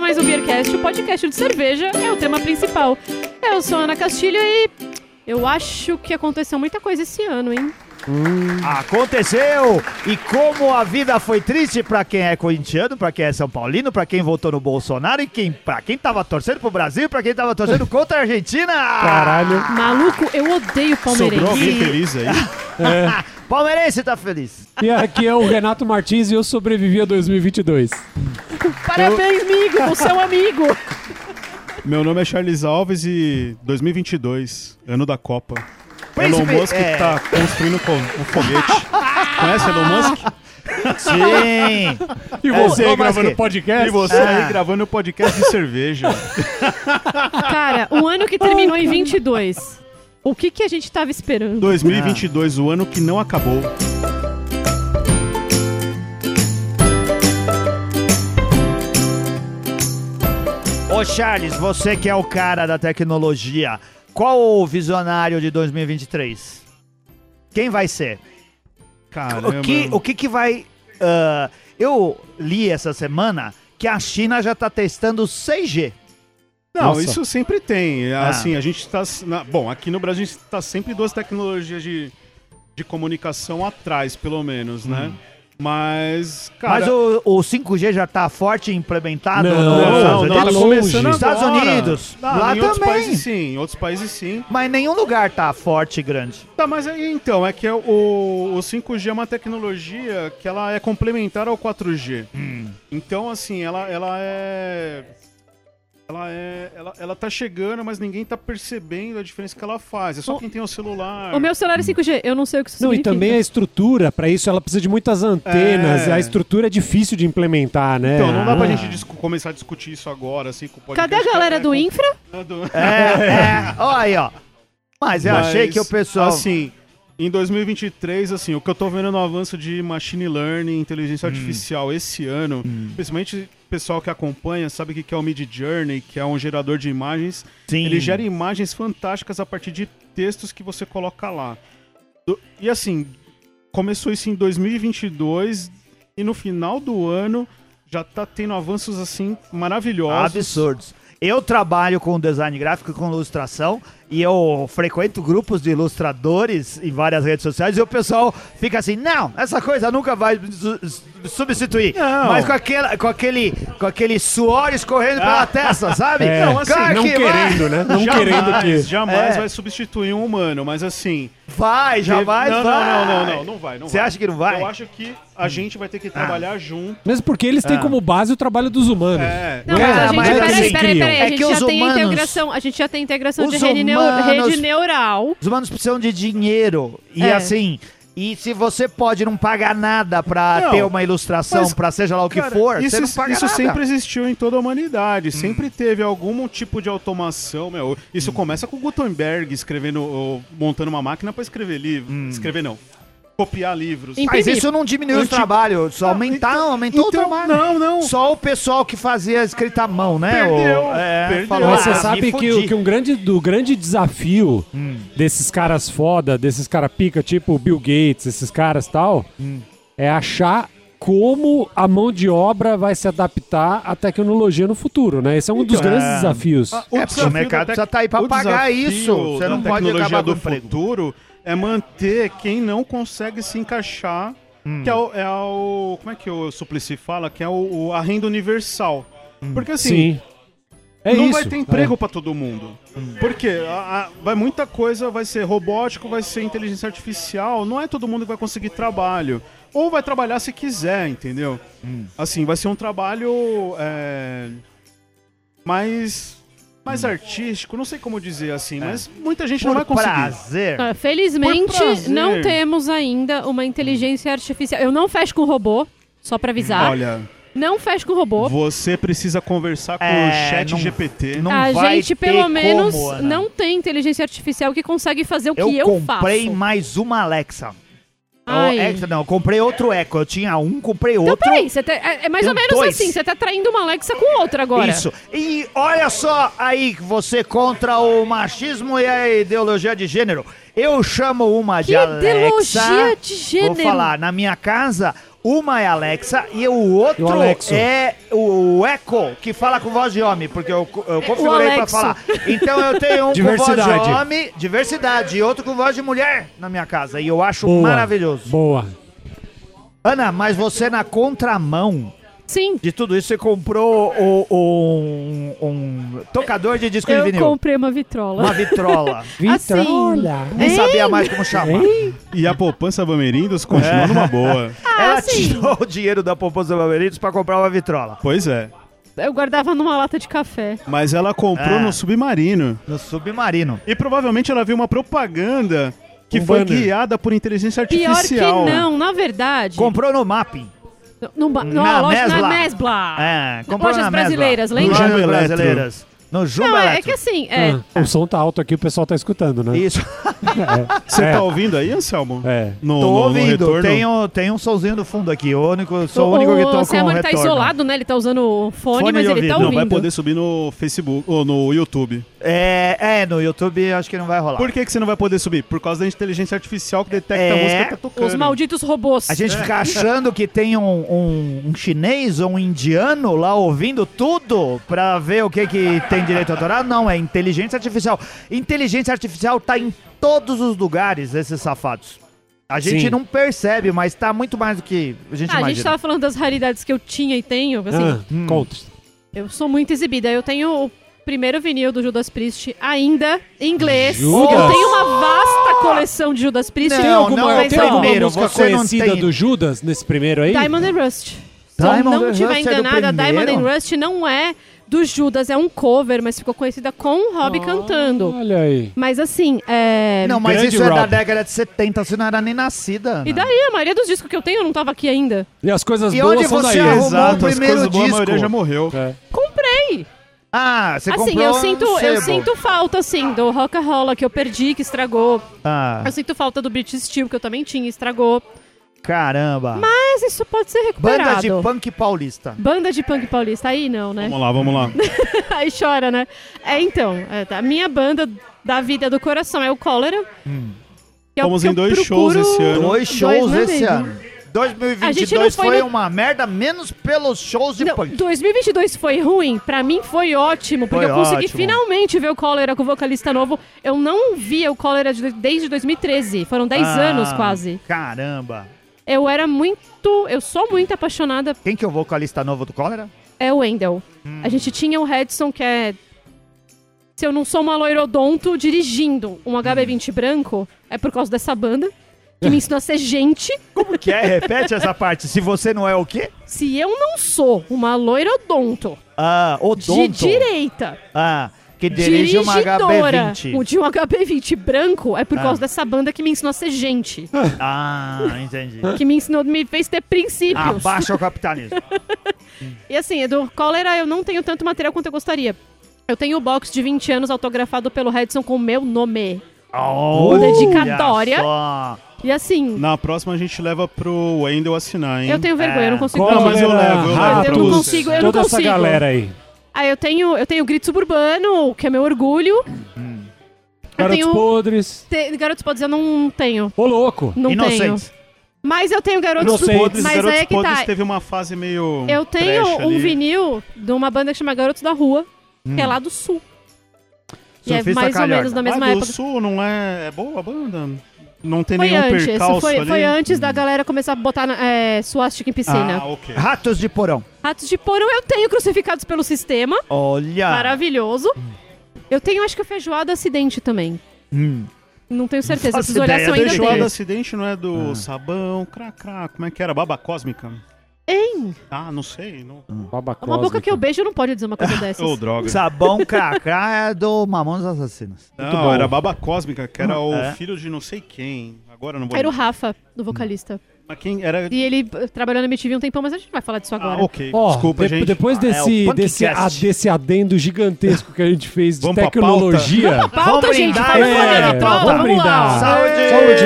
mais o Beercast, o podcast de cerveja é o tema principal. Eu sou a Ana Castilho e eu acho que aconteceu muita coisa esse ano, hein? Aconteceu! E como a vida foi triste pra quem é corintiano, pra quem é São Paulino, pra quem votou no Bolsonaro e quem, pra quem tava torcendo pro Brasil, pra quem tava torcendo contra a Argentina! Caralho. Maluco, eu odeio palmeirense. Sobrou alguém feliz aí? Palmeirense tá feliz! E aqui é o Renato Martins e eu sobrevivi a 2022. Parabéns, amigo, seu amigo. Meu nome é Charles Alves e 2022, ano da Copa. Príncipe, Elon Musk é. tá construindo co- um foguete. Conhece Elon Musk? É, Sim! E ô, você ô, Ah. aí gravando Masque, podcast? E você aí gravando o podcast de cerveja. Cara, o ano que terminou em 22. O que que a gente tava esperando? 2022, o ano que não acabou. Ô Charles, você que é o cara da tecnologia, qual o visionário de 2023? Quem vai ser? Caramba. O que, o que que vai... ah, eu li essa semana que a China já tá testando 6G. Não, Nossa. isso sempre tem. Ah. Assim, a gente tá. s- na- bom, aqui no Brasil a gente tá sempre duas tecnologias de, de comunicação atrás, pelo menos, né? Mas, cara. Hum. Mas o, o 5G já tá forte implementado? Não, nos não, Estados Unidos? não, tá longe. agora. Estados Unidos, Ah, lá em outros também. países sim, em outros países sim. Mas nenhum lugar tá forte e grande. Tá, mas aí então, é que o, o 5G é uma tecnologia que ela é complementar ao 4G. Então, assim, ela, ela é. Ela, é ela, ela tá chegando, mas ninguém tá percebendo a diferença que ela faz. É só O- quem tem o celular. O meu celular Hum. é 5G, eu não sei o que isso Não, e significa. é também a estrutura, pra isso ela precisa de muitas antenas. É. A estrutura é difícil de implementar, né? Então, não dá pra Ah. gente discu- começar a discutir isso agora, assim, com o podcast. Cadê a galera que é né? do Infra? complicado. É, é. Ó aí, ó. Mas eu Mas, achei que o pessoal... Assim, em 2023, assim, o que eu tô vendo no avanço de machine learning, inteligência Hum. artificial esse ano, principalmente o pessoal que acompanha, sabe o que que é o Mid Journey, que é um gerador de imagens. Sim. Ele gera imagens fantásticas a partir de textos que você coloca lá. Do- E assim, começou isso em 2022 e no final do ano já tá tendo avanços assim maravilhosos. Absurdos. Eu trabalho com design gráfico e com ilustração e eu frequento grupos de ilustradores em várias redes sociais e o pessoal fica assim, não, essa coisa nunca vai su- su- substituir. Não. Mas com, aquela, com, aquele, com aquele suor escorrendo pela Ah. testa, sabe? É, Não, assim, não que vai- querendo, né? Não querendo Jamais, que. jamais É. vai substituir um humano, mas assim, Vai, jamais vai. não, Não, não, não, não, não vai, não Você vai. acha que não vai? Hum. Ah. Eu acho que a gente vai ter que trabalhar junto. Mesmo porque eles têm como base o trabalho dos humanos. É. Não, Cara, mas a gente, mas é que peraí, eles peraí, criam. peraí, É a gente que já os tem humanos- integração, a gente já tem integração de Os rede, neu- humanos- rede neural. Os humanos precisam de dinheiro e É. assim... E se você pode não pagar nada pra Não, ter uma ilustração, mas, pra seja lá o que Cara, for, isso, você não paga isso nada. Hum. sempre existiu em toda a humanidade. Sempre teve algum tipo de automação, meu. Hum. Isso começa com Gutenberg escrevendo, ou montando uma máquina para escrever livro. Hum. Escrever não. Copiar livros. Em- Mas Imprimir. isso não diminuiu o Anti- trabalho, só Ah, aumentar, então- aumentou então, o trabalho. Não, não. Só o pessoal que fazia escrita à mão, né? Perdeu, O- é, perdeu. falou, Mas "Ah, você me sabe que, fudi." o- que um grande, do grande desafio desses caras foda, desses caras pica, tipo o Bill Gates, esses caras tal, é achar como a mão de obra vai se adaptar à tecnologia no futuro, né? Esse é um dos Então, grandes é. desafios. Ah, É, porque o desafio mercado da tec- precisa tá aí pra o pagar desafio isso. Você da não pode tecnologia acabar com o do emprego. futuro é manter quem não consegue se encaixar, Hum. que é o, é o- como é que o Suplicy fala, que é o, o- a renda universal. Hum. Porque assim, Sim. É não isso. vai ter emprego pra todo mundo. Porque a- a- vai muita coisa vai ser robótico, vai ser inteligência artificial, não é todo mundo que vai conseguir trabalho. Ou vai trabalhar se quiser, entendeu? Hum. Assim, vai ser um trabalho é, mais mais artístico, não sei como dizer assim, mas muita gente não Hum. vai É. Por conseguir. prazer. Ah, Felizmente, Por prazer. não temos ainda uma inteligência artificial. Eu não fecho com robô, só pra avisar. Olha, Não fecho com robô. você precisa conversar com É, o chat não- GPT. não a vai gente, ter pelo como, menos, Ana. não tem inteligência artificial que consegue fazer É, o Eu que eu comprei faço. mais uma Alexa. Ai. Eu- Alexa, não, eu comprei outro Echo. Eu tinha um, comprei Então, outro. peraí, você tá- é, é mais Tem ou menos dois. assim, você tá traindo uma Alexa com outra agora. Isso. E olha só aí que você contra o machismo e a ideologia de gênero. Eu chamo uma de Que Alexa. ideologia de gênero? Vou falar, na minha casa, Uma é a Alexa e o outro E o Alexo. é o Echo, que fala com voz de homem, porque eu, co- eu configurei pra Alexo. falar. Então eu tenho um com voz de Diversidade. homem, diversidade, e outro com voz de mulher na minha casa. E eu acho Boa. maravilhoso. Boa. Ana, mas você na contramão Sim. de tudo isso, você comprou o- o- um, um tocador de disco de Eu vinil. comprei uma vitrola. Uma vitrola. Assim, Vitrola. Nem Hein? sabia mais como chamar. E a poupança Bamerindos É. continua numa boa. Ela Ah, sim. tirou o dinheiro da poupança do Bamerindos pra comprar uma vitrola. Pois é. Eu guardava numa lata de café. Mas ela comprou Ah. no submarino. No submarino. E provavelmente ela viu uma propaganda que Um foi banner. guiada por inteligência Pior artificial. né? que não, na verdade. Comprou no mapping. numa, Na numa loja Mesbla. na Mesbla. É, comprou Lojas na brasileiras, mesma. lembra? Lojas Jumbo Eletro. brasileiras. No Jumbo Não, é, é Eletro. que assim, é. Hum. Ah, o som tá alto aqui, o pessoal tá escutando, né? Isso, Você É. tá ouvindo aí, Anselmo? É. No, tô no- no ouvindo. retorno? Tem um, tem um somzinho do fundo aqui. O único, sou o, único que tô com Samuel tá retorno. isolado, né? Ele tá usando o fone, Fone mas de ele tá ouvido. Não ouvindo. vai poder subir no Facebook ou no YouTube. É, é, no YouTube acho que não vai rolar. Por que, que você não vai poder subir? Por causa da inteligência artificial que detecta É. a música que tá tocando. Os malditos robôs. A gente fica achando que tem um, um- um chinês ou um indiano lá ouvindo tudo pra ver o que, que tem direito autoral. Não, é inteligência artificial. Inteligência artificial tá em todos os lugares, esses safados. A gente Sim. não percebe, mas tá muito mais do que a gente Ah, a gente imagina. tava falando das raridades que eu tinha e tenho. Assim, Ah, Conta. Eu sou muito exibida. Eu tenho o primeiro vinil do Judas Priest ainda, em inglês. Judas? Eu tenho uma vasta coleção de Judas Priest. Não, Tem alguma- não, mas tem ó, alguma- primeiro, você não tem- do Judas nesse primeiro aí? Diamond and Rust. Se eu Diamond não and estiver Rust é do enganada, Diamond primeiro? and Rust não é do Judas, é um cover, mas ficou conhecida com o Rob cantando. Olha aí. Mas assim, é... Oh. Não, mas Grande isso é da Rob. década de 70, você não era nem nascida. E né? daí, a maioria dos discos que eu tenho, eu não tava aqui ainda. E as coisas E onde boas são você daí. arrumou Exato, o as primeiro coisas boas, a maioria disco? já morreu. É. Comprei! Ah, você assim, comprou eu um sinto, eu sebo. sinto falta, assim, do Rock and Roll que eu perdi, que estragou. Ah, Eu sinto falta do British Steel, que eu também tinha, estragou. caramba. Mas isso pode ser Banda recuperado. de punk paulista. Banda de punk paulista, aí não, né? Vamos lá, vamos lá. Aí chora, né? É, então, é, tá, a minha banda da vida do coração é o Cólera. Hum. que é o Fomos que em eu dois procuro- shows esse ano. Dois Dois shows né, na esse mesma. ano. A gente 2022 não foi, foi no- uma merda, menos pelos shows de Não, punk. 2022 foi ruim, pra mim foi ótimo, porque Foi eu consegui ótimo. finalmente ver o Cólera com o vocalista novo. Eu não via o Cólera de- desde 2013, foram 10 Ah, anos quase. Caramba. Eu era muito, eu sou muito apaixonada Quem que é o vocalista novo do Cólera? é o Wendell. Hum. A gente tinha o Redson, que é. Se eu não sou uma loirodonto dirigindo Hum. um HB20 branco, é por causa dessa banda. Que me ensinou a ser gente. Que é, repete essa parte. Se você não é o quê? Se eu não sou uma loirodonto Ah, de Odonto. direita, Ah, que dirige uma dirigidora HB20. de um HB20 branco, é por Ah. causa dessa banda que me ensinou a ser gente. Ah, entendi. que me ensinou, me fez ter princípios. Abaixa o capitalismo. E assim, do cólera eu não tenho tanto material quanto eu gostaria. Eu tenho o box de 20 anos autografado pelo Redson com o meu nome. Olha Dedicatória. só. E assim, Na próxima a gente leva pro Wendel assinar, hein? eu tenho vergonha, eu não consigo. Cola, mas eu é levo, eu levo Ah, pra eu não você. consigo, eu não Toda essa consigo. galera aí. Ah, eu tenho, eu tenho grito suburbano, que é meu orgulho. Eu Garotos tenho um- podres. te, garotos podres eu não tenho, Ô, louco. não tenho. Inocentes. Mas eu tenho garotos Inocentes. podres, mas Garotos aí é que Podres tá. teve uma fase meio. Eu tenho trash um ali. Hum. vinil de uma banda que chama Garotos da Rua, que é lá do sul. E é Surfista mais ou Calhorda. menos da mesma ah, época. do Sul não é. É boa a banda? Não tem Foi nenhum antes, percalço foi, ali? Hum. foi antes da galera começar a botar na- é, suástica em piscina. Ah, ok. Ratos de porão. Ratos de porão eu tenho crucificados pelo sistema, Olha. maravilhoso. Eu tenho, acho que o feijoada acidente também. Hum. Não tenho certeza, faço preciso olhar se eu ainda ideia, deixa Feijoada tenho. acidente não é Ah. do sabão, cracra, como é que era? Baba cósmica? Hein? Ah, não sei. Não... Uma boca que eu beijo não pode dizer uma coisa dessas. Ô, droga. Sabão cracra é do Mamonas Assassinos. Não, Muito bom. era Baba Cósmica, que era o É. filho de não sei quem. Agora eu não vou Era o Rafa, do vocalista. Mas quem era... E ele eh, trabalhou na MTV um tempão, mas a gente não vai falar disso Ah, agora. ok. Ó, Desculpa, de- gente. Ah, Depois desse, é o Punkcast. desse, a- desse adendo gigantesco que a gente fez de Vamos pra tecnologia. Pauta, Vamos gente, brindar, fala é, fora da vamos prova, vamos, brindar. lá. Saúde! Saúde!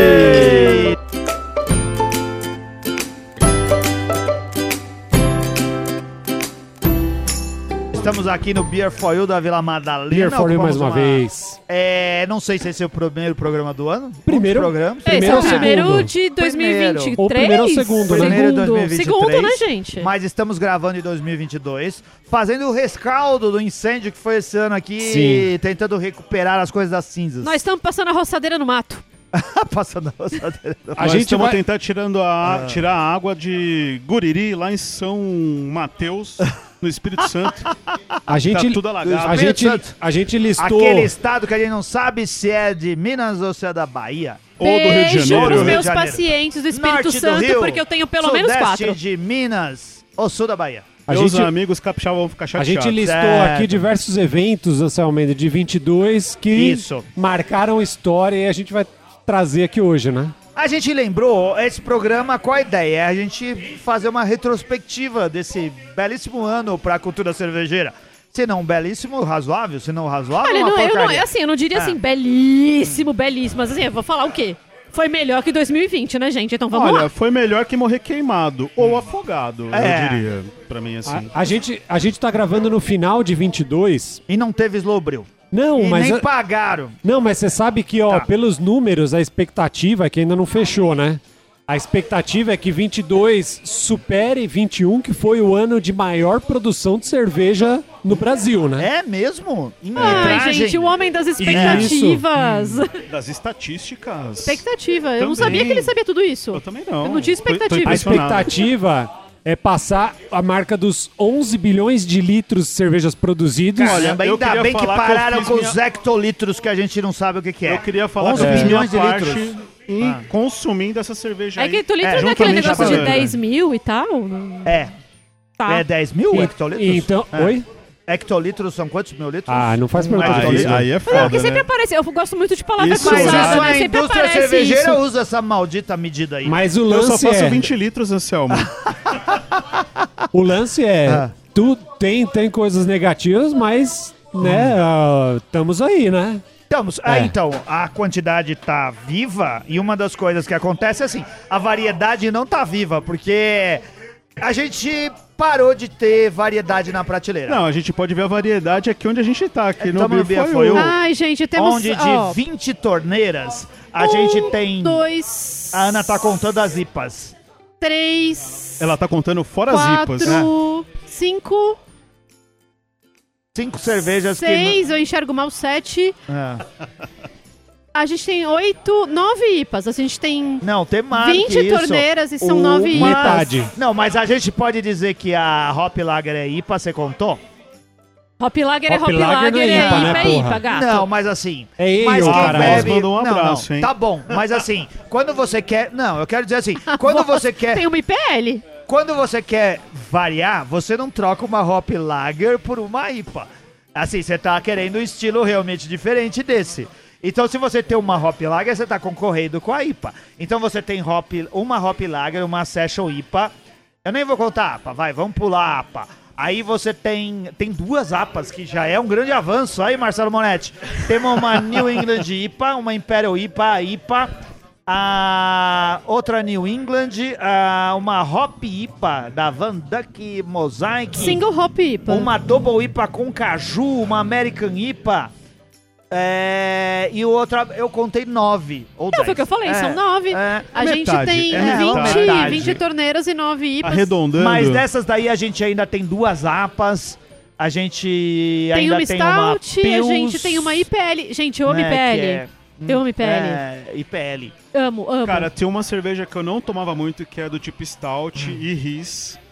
Estamos aqui no Beer for You da Vila Madalena. Beer for you mais Ocupamos uma vez. É, não sei se esse é o primeiro programa do ano. Primeiro. Um dos programas. Esse Primeiro é ou o primeiro segundo? de 2023. Ou primeiro ou segundo, né? Primeiro de 2023. Segundo, né, gente? Mas estamos gravando em 2022, fazendo o rescaldo do incêndio que foi esse ano aqui, Sim. tentando recuperar as coisas das cinzas. Tá Nós estamos passando a roçadeira no mato. passando a roçadeira. A Nós Ah. estamos gente estamos vai... tentar tirando a, tirar a água de Guriri, lá em São Mateus, no Espírito Santo. A gente, Tá tudo alagado. A gente, Espírito Santo. a gente listou. Aquele estado que a gente não sabe se é de Minas ou se é da Bahia. Ou do Rio de Beijo Ou do pros Rio Janeiro. meus de Janeiro. pacientes do Espírito Norte do Santo, Rio, porque eu tenho pelo menos sudeste quatro. de Minas ou sul da Bahia. A Meus gente, amigos capixaba vão ficar a chateados. gente listou Certo. aqui diversos eventos, Anselmo Mendes, de 22 que Isso. marcaram história e a gente vai trazer aqui hoje, né? A gente lembrou esse programa com a ideia, é a gente fazer uma retrospectiva desse belíssimo ano para a cultura cervejeira. Se não belíssimo, razoável, se não razoável, Olha, uma não, eu não, porcaria. assim, eu não diria Ah. assim, belíssimo, belíssimo, mas assim, eu vou falar o quê? Foi melhor que 2020, né, gente? Então vamos Olha, lá. foi melhor que morrer queimado ou afogado, É. eu diria, pra Ah. mim assim. A, a gente, a gente tá gravando no final de 22. E não teve slowbril. Não, e mas nem a- pagaram. não, mas você sabe que ó, Tá. pelos números a expectativa é que ainda não fechou, né? A expectativa é que 22 supere 21, que foi o ano de maior produção de cerveja no Brasil, né? É mesmo? Em Ai, metragem? gente, o homem das expectativas. expectativas. Das estatísticas. Expectativa. Eu não Hum. Também. sabia que ele sabia tudo isso. Eu também não. Eu não tinha Tô- tô expectativa. A impressionado. expectativa é passar a marca dos 11 bilhões de litros de cervejas produzidos. Olha, Caramba, eu ainda queria bem que falar que eu pararam fiz com os minha- hectolitros que a gente não sabe o que, que é. Eu queria falar 11 que eu fiz bilhões minha de parte litros. em Ah. consumindo essa cerveja É aí. que tu lembra É, junto daquele a mim já negócio de falando, 10 mil e tal? É. Tá. É 10 mil hectolitros? E- Então, É. oi? Hectolitros são quantos mil litros? Hum, Ah, não faz pergunta. Mas difícil, Aí, né? aí é Não, porque foda, sempre né? aparece. Eu gosto muito de palavras Isso- é. Mas cruzadas, isso mas a sempre Ah, indústria aparece cervejeira é isso. usa essa maldita medida aí. Mas o Então Eu lance só faço é, 20 litros, Anselmo. Ah. o lance é, Ah. tu tem tem coisas negativas, mas Hum. né, ah, estamos aí, né? Estamos. Ah, É. então, a quantidade tá viva e uma das coisas que acontece é assim, a variedade não tá viva, porque a gente parou de ter variedade na prateleira. Não, a gente pode ver a variedade aqui onde a gente tá, É, aqui no Tamo no Beer Beer For For You. You. Ai, gente, temos. onde ó, de 20 torneiras, a um, gente tem... Dois. A Ana tá contando as IPAs. Três. Ela tá contando fora quatro. as IPAs. né? Cinco. Cinco cervejas que... seis. Eu enxergo mal sete. Ah. A gente tem oito. Nove IPAs. A gente tem. Não, tem mais 20 Ah, que isso. Um torneiras e são O- nove mas- Metade. Não, mas a gente pode dizer que a Hop Lager é IPA, você contou? Hop Lager é Hop Hop Lager Lager, não é é IPA, IPA, né, é porra? IPA, gato. Não, mas assim... É ele, Mas ô, quem caralho. bebe... Mandou Não, um não, abraço, hein? Tá bom, mas assim, quando você quer... Não, eu quero dizer assim, quando você quer... Tem uma IPL. Quando você quer variar, você não troca uma Hop Lager por uma IPA. Assim, você tá querendo um estilo realmente diferente desse. Então, se você tem uma Hop Lager, você tá concorrendo com a IPA. Então, você tem hop, uma Hop Lager, uma Session IPA. Eu nem vou contar a APA, vai, vamos pular a APA. Aí você tem, tem duas APAs, que já é um grande avanço. Aí, Marcelo Monetti, temos uma New England IPA, uma Imperial IPA, a IPA a outra New England, a uma Hop IPA da Van Duck Mosaic, Single Hop IPA. uma Double IPA com caju, uma American IPA. É, e outra, eu contei nove. Ou Não, dez. foi o que eu falei, é, são nove. é. a metade, gente tem é metade. 20, 20 torneiras e nove IPAs. Arredondando. Mas dessas daí a gente ainda tem duas APAs. A gente Tem ainda uma tem uma Stout, a Pils, gente tem uma IPL. Gente, eu amo né, que é- IPL. Eu amo IPL. É, IPL. Amo, amo. Cara, tem uma cerveja que eu não tomava muito, que é do tipo Stout e Riz. Hum.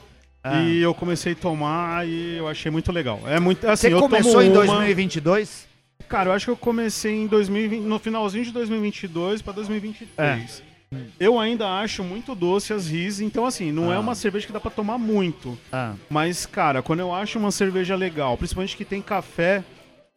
Ah. E eu comecei a tomar e eu achei muito legal. É muito. Assim, Você eu começou tomo em uma- 2022? Cara, eu acho que eu comecei em 2020, no finalzinho de 2022 pra 2023. É. Eu ainda acho muito doce as Riz, então assim, não é Ah. uma cerveja que dá pra tomar muito. Ah. Mas, cara, quando eu acho uma cerveja legal, principalmente que tem café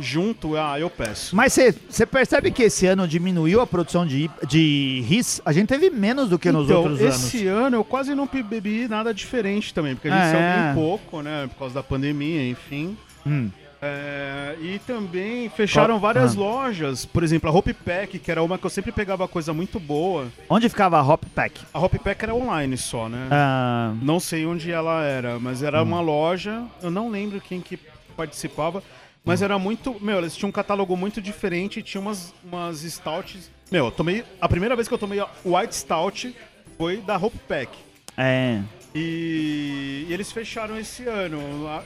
junto, ah, eu peço. Mas você percebe que esse ano diminuiu a produção de, ip- de ris? A gente teve menos do que é nos então, outros anos. esse ano eu quase não pe- bebi nada diferente também, porque a gente Ah, saiu é. bem pouco, né? Por causa da pandemia, enfim. Hum. É, e também fecharam várias Ah. lojas. Por exemplo, a Hope Pack, que era uma que eu sempre pegava coisa muito boa. Onde ficava a Hop Pack? A Hope Pack era online só, né? Ah, Hum. Não sei onde ela era, mas era uma loja. Eu não lembro quem que participava. Mas Hum. era muito. Meu, eles tinham um catálogo muito diferente, tinha umas, umas stouts. Meu, eu tomei. A primeira vez que eu tomei a White Stout foi da Hope Pack. É. E, e eles fecharam esse ano.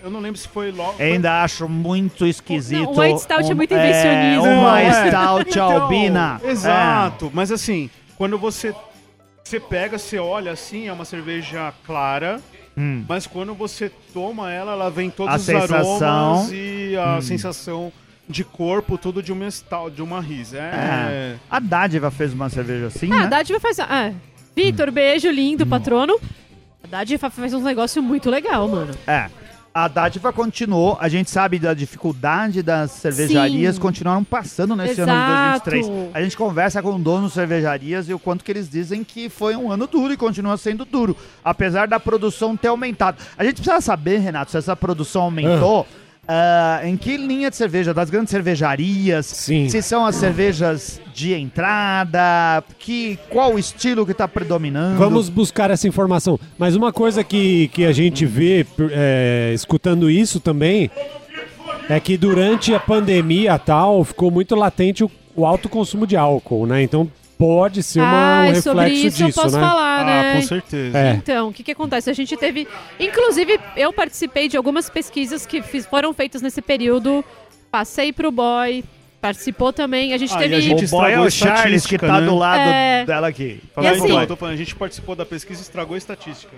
Eu não lembro se foi logo. Ainda acho muito esquisito. Não, um o White Stout é muito invencionismo. É, uma Não, é. Stout Então, albina. É. Exato. Mas assim, quando você você pega, você olha assim, é uma cerveja clara, É. Hum. mas quando você toma ela, ela vem todos A os sensação. Hum. aromas e a sensação de corpo, tudo de uma stout, de uma risa. É. É. A Dádiva fez uma cerveja assim, Ah, a né? Dádiva faz. Ah, Vitor, beijo lindo, patrono. A Dádiva faz uns negócios muito legal, mano. É. A dádiva continuou, a gente sabe da dificuldade das cervejarias Sim. continuaram passando nesse ano de 2023. Exato. A gente conversa com donos de cervejarias e o quanto que eles dizem que foi um ano duro e continua sendo duro, apesar da produção ter aumentado. A gente precisa saber, Renato, se essa produção aumentou, ah, em que linha de cerveja, das grandes cervejarias, Sim. se são as cervejas de entrada, que qual o estilo que está predominando. Vamos buscar essa informação. Mas uma coisa que, que a gente vê por- é, escutando isso também é que durante a pandemia tal, ficou muito latente o, o alto consumo de álcool, né? Então pode ser uma, um Ai, reflexo Ah, sobre isso eu disso, posso né? falar, né? Ah, com certeza. É. Então, o que, que acontece? A gente teve. Inclusive, eu participei de algumas pesquisas que fiz- foram feitas nesse período. Passei pro boy, participou também. A gente Ah, e teve. a gente O boy é o estragou a Charles que estatística, tá né? do lado É. dela aqui. Fala aí, assim- Paulo, tô falando, a gente participou da pesquisa e estragou a estatística.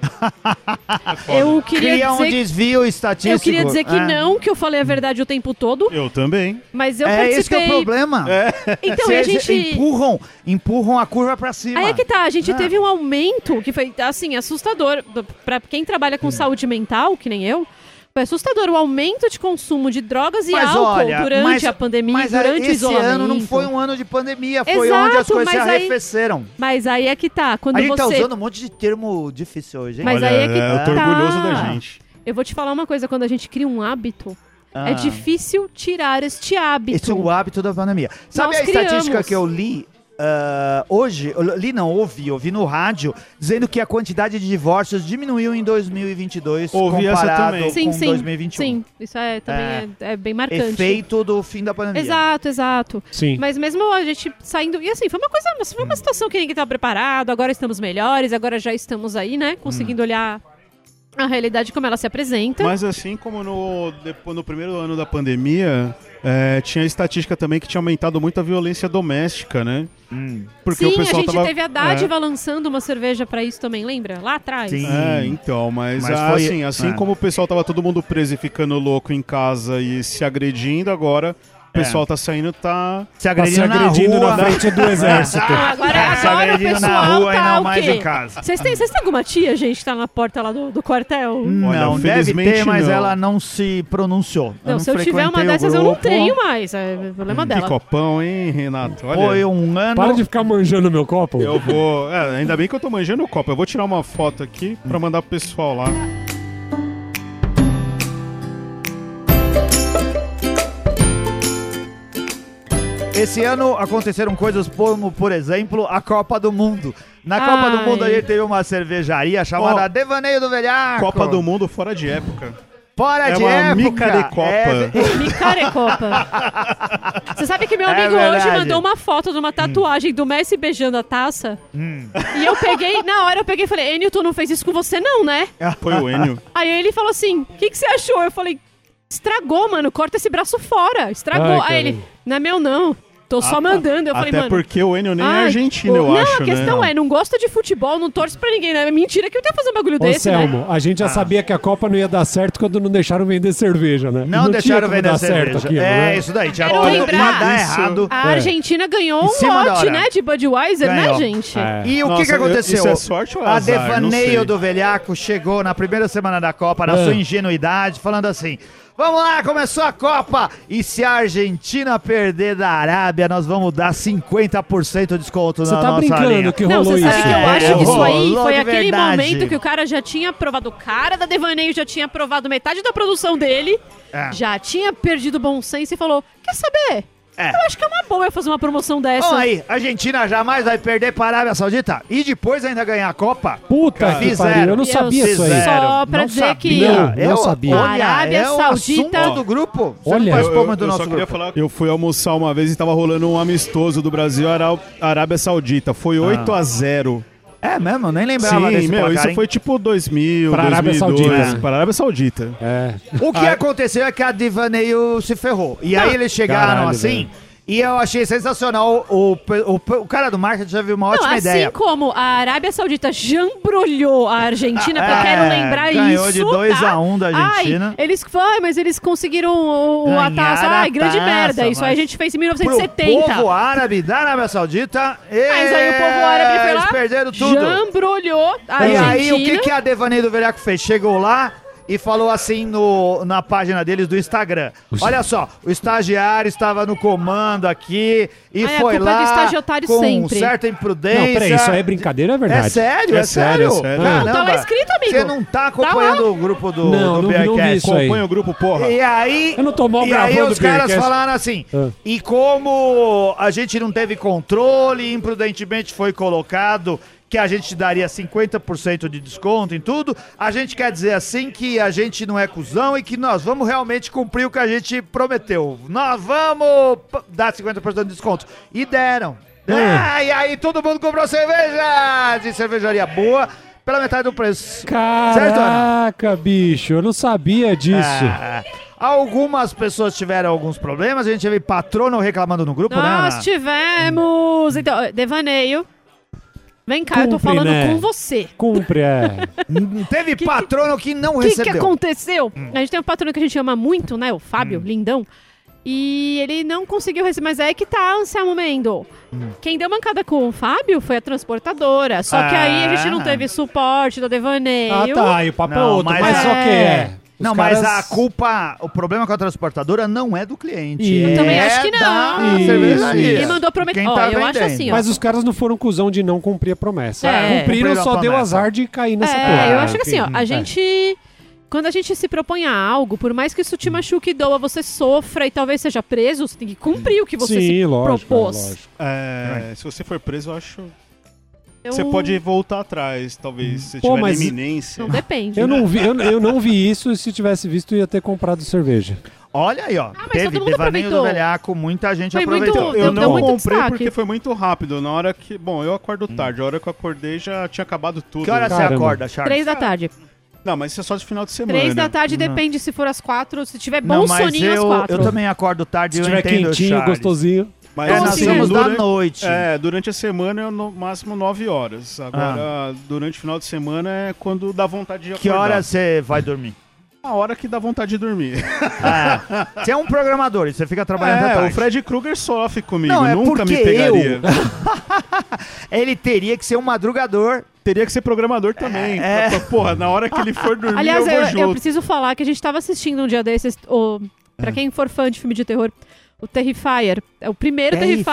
É foda. Eu queria Cria um dizer. desvio estatístico. eu queria dizer que É. não, que eu falei a verdade o tempo todo, Eu também. mas eu É participei. esse que é o problema. é, Então, e a Vocês gente. empurram, empurram a curva pra cima. Aí é que tá, a gente Ah. teve um aumento que foi, assim, assustador. Do- Pra quem trabalha Hum. com saúde mental, que nem eu, foi assustador o aumento de consumo de drogas e Mas álcool olha, durante mas- a pandemia, Mas durante o esse isolamento. ano não foi um ano de pandemia, foi Exato, onde as coisas se mas aí- arrefeceram. Mas aí é que tá, quando a gente tá você... usando um monte de termo difícil hoje, hein? Mas Olha, aí é que eu tô tá. orgulhoso da gente. Eu vou te falar uma coisa, quando a gente cria um hábito, Ah. é difícil tirar este hábito. Esse é o hábito da pandemia. Sabe Nós a estatística criamos. que eu li ah, hoje? Eu li não, ouvi, ouvi no rádio, dizendo que a quantidade de divórcios diminuiu em 2022 Ouvi essa comparado também. com sim, sim, 2021. sim, isso é, também é, é bem marcante. Efeito do fim da pandemia. Exato, exato. Sim. Mas mesmo a gente saindo. E assim, foi uma coisa. Foi Hum. uma situação que ninguém estava preparado, agora estamos melhores, agora já estamos aí, né? Hum. Conseguindo olhar a realidade como ela se apresenta. Mas assim como no, depo- no primeiro ano da pandemia, é, tinha estatística também que tinha aumentado muito a violência doméstica, né? Hum. Porque Sim, o a pessoal gente tava... teve a dádiva lançando uma cerveja pra isso também, lembra? Lá atrás. É. Sim. É, é, então, mas, Mas ah, foi- assim, assim é. como o pessoal tava todo mundo preso e ficando louco em casa e se agredindo, agora É. o pessoal tá saindo, tá... Se Tá se agredindo, agredindo na rua. na, Ah, frente do exército. Não, Ah, agora, Se agora o agredindo pessoal na rua tá e não o mais quê? em casa. Vocês têm, vocês têm alguma tia, gente, que tá na porta lá do, do quartel? Não, Hum, Olha, deve felizmente ter, mas não. ela não se pronunciou. Eu Não, se eu tiver frequentei uma o dessas, eu não grupo. Hum, tenho mais. É o problema Que dela. copão, hein, Renato? Olha, Foi um ano. Para de ficar manjando meu copo. eu vou... É, ainda bem que eu tô manjando o copo. Eu vou tirar uma foto aqui pra mandar pro pessoal lá. Esse ano aconteceram coisas como, por exemplo, a Copa do Mundo. Na Copa do Ai. Mundo a gente teve uma cervejaria chamada Ó, Devaneio do Tá Velhaco. Copa do Mundo fora de época. Fora é de uma época. mica de Copa. É- Me carecopa. Você sabe que meu É amigo hoje verdade. mandou uma foto de uma tatuagem do Messi beijando a taça. Hum. E eu peguei, na hora eu peguei e falei, Enio, tu não fez isso com você não, né? Foi o Enio. Aí ele falou assim, o que, que você achou? Eu falei, estragou, mano, corta esse braço fora, Ai, estragou. cara. Aí ele, não é meu não, tô só tá. mandando. Eu falei, Até mano... porque o Enio nem ai, é argentino, eu não, acho, a questão né? é, não gosta de futebol, não torce pra ninguém, né? É mentira que eu ia fazer um bagulho Ô, desse, né? Selmo, a gente Ah. já sabia que a Copa não ia dar certo quando não deixaram vender cerveja, né? Não, tinha deixaram como vender dar a cerveja. certo aquilo, é né? isso daí. Tinha Quero tudo pra lembrar- dar Isso. errado. A É. Argentina ganhou Em um cima da lote, hora. né, de Budweiser, Ganhou. né, gente? É. E o Ah. Nossa, que, que eu- aconteceu? isso é sorte ou a azar? Não Devaneio sei. do Velhaco chegou na primeira semana da Copa, na Ah. sua ingenuidade, falando assim: vamos lá, começou a Copa! E se a Argentina perder da Arábia, nós vamos dar 50% de desconto Você na tá nossa brincando linha. que Não, rolou você isso. sabe que eu É, acho que isso aí rolou foi de aquele verdade. momento que o cara já tinha provado o cara da Devaneio, já tinha provado metade da produção dele, É. já tinha perdido o bom senso e falou: quer saber? É. Eu acho que é uma boa eu fazer uma promoção dessa. Olha aí, a Argentina jamais vai perder para a Arábia Saudita e depois ainda ganhar a Copa. Puta Cara, que fizeram. pariu, eu não Eu sabia isso aí. sei. Fizeram. Só pra Não dizer sabia. que- Não, É não o- sabia. Olha, Arábia é o Saudita. assunto do grupo. Você não Olha, Mas Eu- participou eu, muito do eu nosso só queria grupo. falar. Eu fui almoçar uma vez e tava rolando um amistoso do Brasil e Ará- Arábia Saudita. Foi 8 a 0 É mesmo, eu nem lembrava Sim, desse meu, placar, isso hein? foi tipo 2000, Pra Arábia 2002. Saudita. Pra Arábia Saudita. É. O que aconteceu é que a Divaneio se ferrou. E aí eles chegaram Caralho, assim. velho. E eu achei sensacional. O, o, o cara do marketing teve uma Não, ótima assim ideia. como a Arábia Saudita jambrolhou a Argentina, porque eu É, quero lembrar ganhou isso. de dois tá? a um da Argentina. Ai, eles falaram, "Ai, mas eles conseguiram o, o- a Ganharam taça. a Ai, grande taça, merda. Isso aí a mas- gente fez em Pro 1970. povo árabe da Arábia Saudita. Mas aí o povo árabe foi lá, Eles perderam tudo. "Ah, jambrolhou a E Argentina. aí, o que, é que a Devaneio do Velhaco fez? Chegou lá e falou assim no, na página deles do Instagram. Olha só, o estagiário estava no comando aqui e Ah, é, a foi culpa é do lá estagiário com sempre. certa Não, imprudência. peraí, isso aí é brincadeira, ou é verdade. É sério, É é, sério, sério. é Não, sério. tá lá Caramba, escrito, amigo. Você não tá acompanhando o grupo do, Não, do não- não vi BRCast. isso aí. Acompanha o grupo, porra. E aí, Eu não tô e mal aí gravando os o Beercast. caras falaram assim, Ah. e como a gente não teve controle, imprudentemente foi colocado que a gente daria 50% de desconto em tudo, a gente quer dizer assim que a gente não é cuzão e que nós vamos realmente cumprir o que a gente prometeu. Nós vamos p- dar 50% de desconto. E deram. Ah. Ah, e aí todo mundo comprou cerveja de cervejaria boa pela metade do preço. Certo, Ana? Caraca, bicho, eu não sabia disso. É. Algumas pessoas tiveram alguns problemas, a gente teve patrono reclamando no grupo, Nós né? Ana? tivemos... Então, ó, devaneio. Vem cá, eu tô Cumpre, falando né? com você. Cumpre, é. Teve patrono que não O tipo, que, que recebeu. Hum. aconteceu? A gente tem um patrono que a gente ama muito, né? O Fábio, lindão. E ele não conseguiu receber, mas é que tá, Anselmo Mendo. Hum. Quem deu mancada com o Fábio foi a transportadora. Só que aí a gente não Ah. teve suporte do Ah, devaneio. tá, e o papo é Não, outro, mas, mas é- só que é. Os não, mas caras- a culpa, o problema com a transportadora não é do cliente. Isso. Eu também é acho que da não. Isso, cervejaria. isso. Ele mandou prometer. Quem Ó, tá eu acho vendendo. assim, ó. Mas os caras não foram cuzão de não cumprir a promessa. É. Cumpriram, Cumpriram a só deu promessa. azar de cair nessa é, porra. eu acho que assim, ó, Enfim, a é. gente. Quando a gente se propõe a algo, por mais que isso Hum. te machuque, doa, você sofra e talvez seja preso, você tem que cumprir o que você Sim, se lógico, propôs. é, lógico. É, se você for preso, eu acho. Eu- Você pode voltar atrás, talvez, se Pô, tiver mas- iminência. Não depende. Eu não, vi, eu, eu não vi isso e se tivesse visto, eu ia ter comprado cerveja. Olha aí, ó. Ah, mas teve todo mundo devaneio aproveitou. do velhaco, muita gente Foi muito- aproveitou. deu- Eu deu não muito comprei destaque. porque foi muito rápido. Na hora que. Bom, eu acordo tarde. A hora que eu acordei já tinha acabado tudo. Que hora você Caramba. acorda, Charles? Ah, Três da tarde. Não, mas isso é só de final de semana. Três da tarde depende se for às quatro, se tiver bom Não, mas soninho às eu, quatro. eu também acordo tarde, Se eu tiver entendo, quentinho, Charles. gostosinho. Mas É, Então, nós assim, somos da durante- noite. É, durante a semana eu no máximo 9 horas. Agora, durante o final de semana é quando dá vontade de acordar. Que hora você vai dormir? A hora que dá vontade de dormir. É. Você é um programador e você fica trabalhando até É, o tarde. Fred Krueger sofre comigo, Não, é nunca me porque pegaria. Ele teria que ser um madrugador. Teria que ser programador também. É. Pra- pra- Porra, na hora que ele for dormir, Aliás, eu vou eu, eu junto. preciso falar que a gente tava assistindo um dia desses, o, pra Ah. quem for fã de filme de terror, o Terrifier. É o primeiro Terrifier.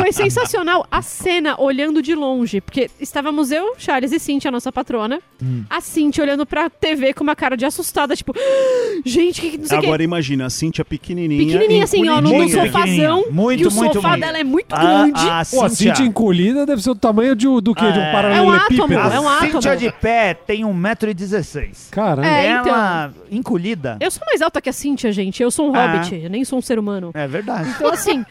Foi sensacional a cena olhando de longe, porque estávamos eu, Charles e Cintia, a nossa patrona, Hum. a Cintia olhando pra TV com uma cara de assustada, tipo, "Ah, gente, que, que não sei o que. Agora imagina, a Cintia pequenininha. Pequenininha assim, ó, no, no Muito encolhidinha. sofazão. pequenininha. Muito, e o muito, Ah. sofá muito. dela é muito grande. A, a Pô, a Cintia, cinta encolhida deve ser o tamanho de, um- do quê? De Ah, é. um É um paralelepípedo. átomo, é um- a Cintia átomo. de pé tem 1,16m. Caramba. É, Ela encolhida. Eu sou mais alta que a Cintia, gente. Eu sou um Ah. hobbit, eu nem sou um ser humano. É verdade. Então, assim,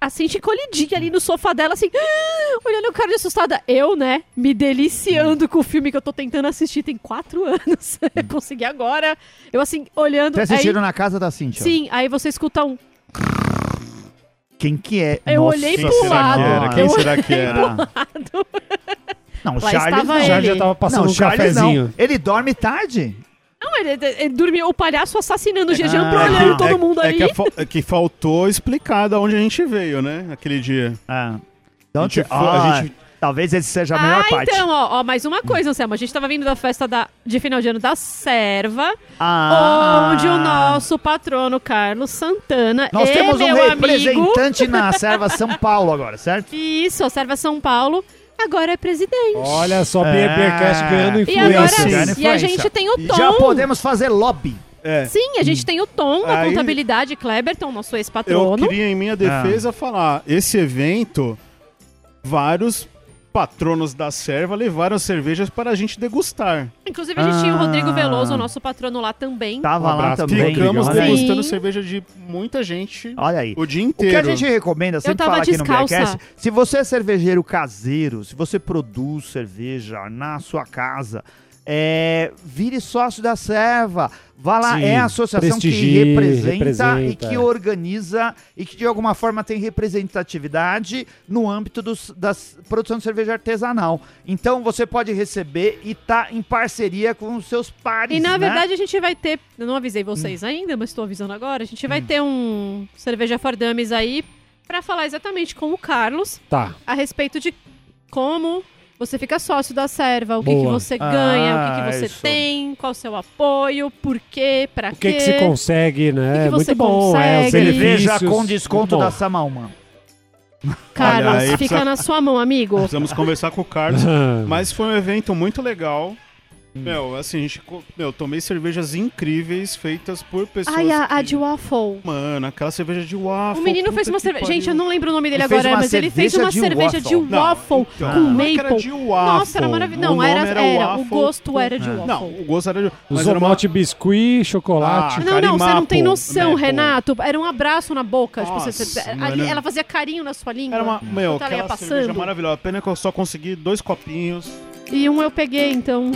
a Cintia colidia ali no sofá dela, assim, "Ah", olhando o cara de assustada. Eu, né, me deliciando com o filme que eu tô tentando assistir tem quatro anos. Eu Consegui agora. Eu, assim, olhando. Vocês aí, assistiram na casa da Cintia? sim, aí você escuta um. Quem que é? Eu Nossa olhei Quem pro Senhora. será que era? lado. Quem eu será que era? Não, o Lá Charles estava não. O ele. Charles já tava passando Não, um Charles cafezinho. não. Ele dorme tarde. Não, ele, ele dormiu, o palhaço assassinando o Jejan, Ah. ah, É que- todo mundo é, ali. que a fal- é que faltou explicar da onde a gente veio, né? Aquele dia. Ah. Então, A gente ti- foi- a ah, gente- Talvez esse seja a melhor Ah, parte. então, ó, ó, mais uma coisa, Anselmo. A gente tava vindo da festa da- de final de ano da serva. Ah. Onde o nosso patrono Carlos Santana Nós é temos um meu amigo. representante na serva São Paulo agora, certo? Isso, a Serva São Paulo agora é presidente. Olha só, É. Beercast ganhando e agora é influência. Ganhando e a assim. influência. gente tem o Tom. Já podemos fazer lobby. É. Sim, a gente tem o Tom da Aí- contabilidade, Kleberton, nosso Eu ex-patrono. queria, em minha defesa, falar: esse evento, vários patronos da serva levaram cervejas para a gente degustar. Inclusive, a gente tinha o Ah. Rodrigo Veloso, nosso patrono lá também. Tava Um lá abraço, também. Ficamos Olha aí. Rodrigo. degustando Sim. cerveja de muita gente Olha aí. o dia O que a inteiro. gente recomenda sempre tava falar aqui no descalça. Beercast, se você é cervejeiro caseiro, se você produz cerveja na sua casa, é, vire sócio da Serva. Vá lá, Sim, é a associação que prestigie, representa, e representa, que é. organiza e que de alguma forma tem representatividade no âmbito dos- da s- produção de cerveja artesanal. Então você pode receber e tá em parceria com os seus pares. E na né? verdade a gente vai ter, eu não avisei vocês ainda, mas estou avisando agora, a gente vai ter um cerveja for dummies aí pra falar exatamente com o Carlos Tá. a respeito de como você fica sócio da serva, o que, Boa. que você ganha, o que Ah, que, você isso. tem, qual o seu apoio, por quê, pra O que, quê. que se consegue, né? O que que É você muito bom. É, os consegue? cerveja benefícios. com desconto Muito da bom. Samalman. Carlos, Olha, aí fica precisa- na sua mão, amigo. Precisamos conversar com o Carlos. Mas foi um evento muito legal. Meu, assim, a gente. co- Meu, tomei cervejas incríveis feitas por pessoas. Ai, a, a que- de waffle. Mano, aquela cerveja de waffle. O menino fez puta uma que cerveja. pariu. Gente, eu não lembro o nome dele Ele fez agora, uma mas ele fez cerveja uma de cerveja de waffle. Não, waffle então, com não é que era maple. de waffle. Nossa, era maravilhoso. O Não, nome era, era, o waffle gosto com- era de waffle. Não, o gosto era de mas Os era uma- omote biscuit, chocolate. Não, Ah, não, você não Carimapo, tem noção, Maple. Renato. Era um abraço na boca. tipo, Nossa, você- você- ali- mano. ela fazia carinho na sua língua. Era uma. Meu, Enquanto ela ia aquela cerveja tá passando. maravilhosa. Pena é que eu só consegui dois copinhos. E um eu peguei, então.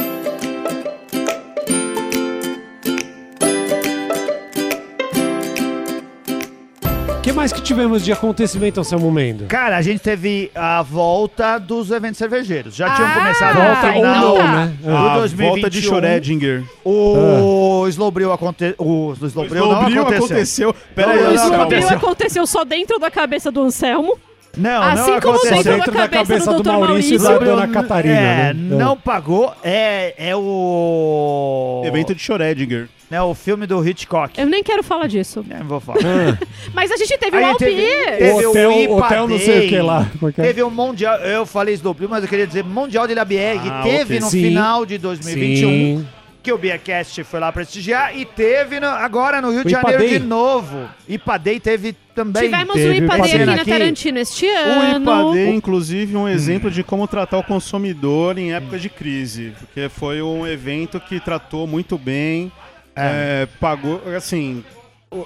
O que mais que tivemos de acontecimento ao seu momento? Cara, a gente teve a volta dos eventos cervejeiros. Já tinham Ah, começado volta no ou final. não, Tá. né? Ah, A 2021. volta de Schrödinger. Ah. O Slowbril aconteceu. O Slowbril não Slowbril aconteceu. aconteceu. Pera aí, Mas Não, não, o Anselmo. Gabriel aconteceu. aconteceu só dentro da cabeça do Anselmo. Não, não Assim como aconteceu. dentro da Dentro da cabeça cabeça do do Dr. Maurício e da Maurício. dona Catarina. É, né? não pagou. É, é o. Evento de Schrödinger. né, o filme do Hitchcock. Eu nem quero falar disso. É, não vou falar. Ah. Mas a gente teve Aí o teve- Alpier. teve o hotel, IPA hotel não sei o que Day. lá. Porque... Teve o Mundial. Eu falei Slowbril, mas eu queria dizer Mundial de Labierre, que Ah, teve ok. no Sim. final de 2021. Sim. que o Beercast foi lá prestigiar e teve no- agora no Rio de O Ipa Janeiro Day. de novo. Ipadei teve também. Tivemos o teve IPAD uma aqui cena na aqui. Tarantino este O ano. IPAD, inclusive, um exemplo de como tratar o consumidor em época de crise, porque foi um evento que tratou muito bem, é, pagou, assim, o-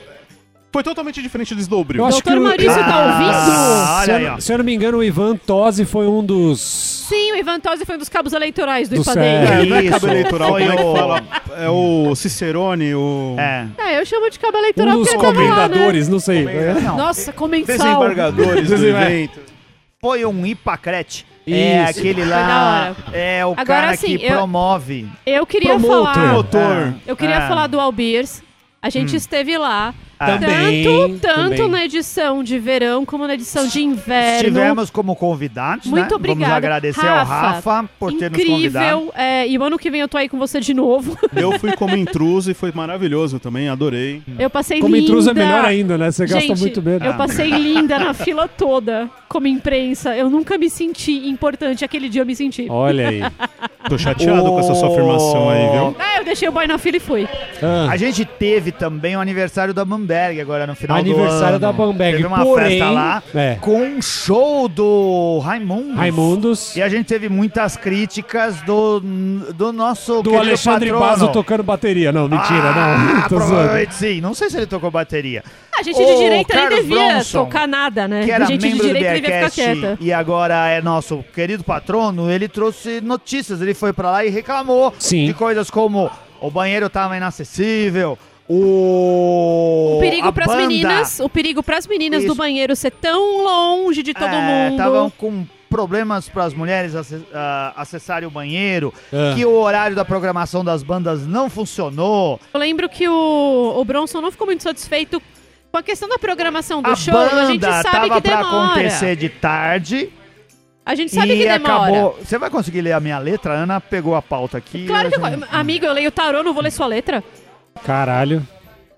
foi totalmente diferente do Slowbril. Eu acho que Doutor o- Maurício tá Ah. ouvindo? olha se, aí, eu, ó. não- se eu não me engano, o Ivan Tosi foi um dos. Sim, o Ivan Tosi foi um dos cabos eleitorais do, Do IPAD. Sérgio. É, não é Isso, cabo eleitoral, foi como é que o- fala? É o Cicerone, o... É. É, eu chamo de cabo Um eleitoral dos porque ele tava lá, né? comendadores, não sei. né? Não, Nossa, comensal. Desembargadores do evento. foi um Ipacrete. É Isso. aquele Foi da lá. hora. É o Agora, cara assim, que eu- promove. Eu queria Promotor. falar. Motor. Eu queria Ah. falar do Albiers. A gente esteve lá. Também, tanto, tanto também. na edição de verão como na edição de inverno. Estivemos como convidados, né? É, Muito obrigada. Vamos agradecer ao Rafa, Rafa por ter nos convidado. Incrível. é, e o ano que vem eu tô aí com você de novo. Eu fui como intruso e foi maravilhoso também, adorei. Eu passei Como linda. intruso é melhor ainda, né? Você gasta Gente, muito menos. eu passei linda na fila toda como imprensa. Eu nunca me senti importante. Aquele dia eu me senti. Olha aí. Tô chateado com essa sua afirmação aí, viu? Ah, eu deixei o boy na fila e fui. Ah, A gente teve também o aniversário da Bamberg agora no final aniversário do da ano. Bamberg. Teve uma porém, festa lá É, com um show do Raimundo. Raimundos. E é a gente teve muitas críticas do, do nosso Do querido Alexandre patrono. Basso tocando bateria. Não, mentira, Ah, não. Tô zoando. provavelmente sim. Não sei se ele tocou bateria. A gente Ô, de direita nem Carlos devia Bronson, tocar nada, né? Que era a gente de membro do direita devia ficar Beercast quieta. e agora é nosso querido patrono. Ele trouxe notícias. Ele foi pra lá e reclamou Sim. de coisas como o banheiro tava inacessível, o... O perigo a pras banda- meninas, o perigo pras meninas Isso. do banheiro ser tão longe de todo É, mundo. Estavam com problemas para as mulheres acess- ah, acessarem o banheiro, Ah. que o horário da programação das bandas não funcionou. Eu lembro que o, o Bronson não ficou muito satisfeito com a questão da programação do a show. banda a gente sabe que tava pra demora. acontecer de tarde A gente sabe e que demora. acabou. Você vai conseguir ler a minha letra? A Ana pegou a pauta aqui. Claro que eu, A gente- amigo, eu leio tarô, não vou ler sua letra. Caralho.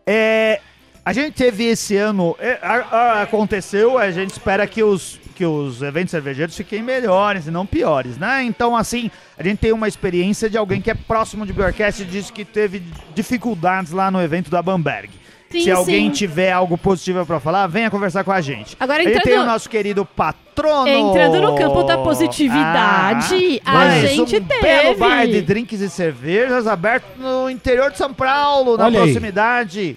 É, a gente teve esse ano, é, a- a- aconteceu, a gente espera que os que os eventos cervejeiros fiquem melhores e não piores, né? Então, assim, a gente tem uma experiência de alguém que é próximo de Beercast e disse que teve dificuldades lá no evento da Bamberg. Sim, Se alguém sim. tiver algo positivo pra falar, venha conversar com a gente. Agora, Ele tem entrando- o nosso querido patrono. Entrando no campo da positividade, Ah, a mais gente um belo teve. bar de drinks e cervejas aberto no interior de São Paulo, na Olha aí. proximidade,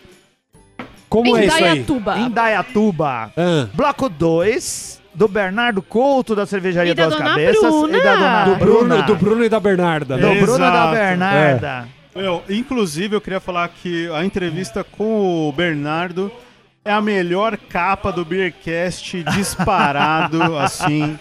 Como é em isso aí? Dayatuba. em Dayatuba. Ah, Bloco 2, do Bernardo Couto, da Cervejaria E da Duas Dona Cabeças. Bruna. E da Dona Do Bruna. É. Bruno, do Bruno e da Bernarda. Do né? Bruno e da Exato. Bernarda. Meu, inclusive, eu queria falar que a entrevista com o Bernardo é a melhor capa do Beercast disparado, assim,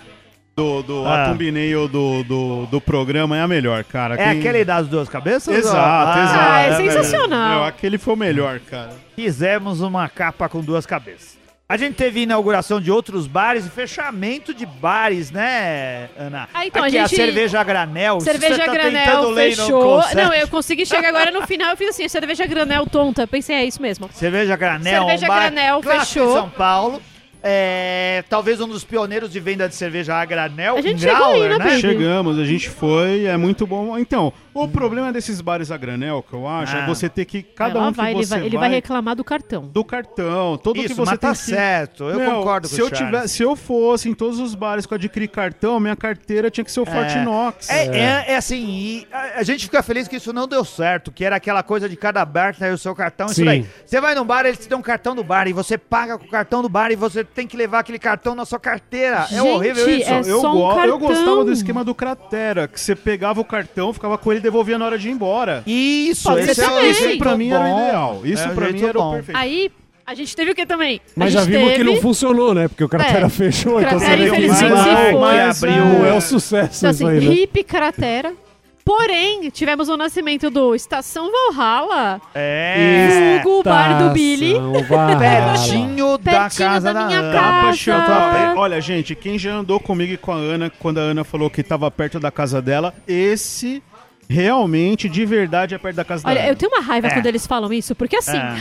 do, do Ah. a thumbnail do, do, do programa. É a melhor, cara. É, Quem- aquele das Duas Cabeças? Exato, Ah, exato. Ah, é né, sensacional. velho? Meu, aquele foi o melhor, cara. Fizemos uma capa com duas cabeças. A gente teve inauguração de outros bares e fechamento de bares, né, Ana? Ah, então, a Aqui gente- a cerveja a granel. se Cerveja você tá tentando Granel ler e não fechou. consegue. Não, eu consegui chegar agora no final. Eu fiz assim, cerveja Granel tonta. Pensei, é isso mesmo. Cerveja Granel, Cerveja um bar Granel, clássico fechou. de São Paulo. É, talvez um dos pioneiros de venda de cerveja a granel. A gente Grauer, chegou aí, né, né? Pedro? Chegamos, a gente foi, é muito bom. Então, o problema desses bares a granel, que eu acho, Ah. é você ter que. Cada Lá um que vai, ele você vai, ele vai reclamar do cartão. do cartão, todo Isso, que você mas tem tá que- certo. Eu Meu, concordo com se o eu Charles. tiver, Se eu fosse em todos os bares que eu adquiri cartão, minha carteira tinha que ser o Forte Knox. É, é- é assim, e a, a gente fica feliz que isso não deu certo, que era aquela coisa de cada bar ter o seu cartão, isso Sim. daí. Você vai num bar, eles te dão um cartão do bar e você paga com o cartão do bar e você tem que levar aquele cartão na sua carteira. é Gente, horrível isso. é eu, só um eu gostava cartão. do esquema do cratera, que você pegava o cartão, ficava com ele e devolvia na hora de ir embora. Isso, Pode esse ser é o também. jeito Isso pra mim bom. era o ideal. Isso É o pra mim jeito era bom. o perfeito. Aí, a gente teve o que também? A Mas já gente vimos teve... que não funcionou, né? Porque o cratera É. fechou, então Cratera, você vê que infelizmente, não se é, foi. Mas, abriu, não é, é o sucesso Então, assim, isso aí, né? hippie cratera. Porém, tivemos o nascimento do Estação Valhalla, É. vulgo bar do Billy. Estação Valhalla. Pertinho da Pertinho casa da da, minha Ana. casa. Apaixonado. Casa. Olha, gente, quem já andou comigo e com a Ana quando a Ana falou que tava perto da casa dela, esse realmente, de verdade, é perto da casa Olha, dela. eu tenho uma raiva É. quando eles falam isso, porque assim, É.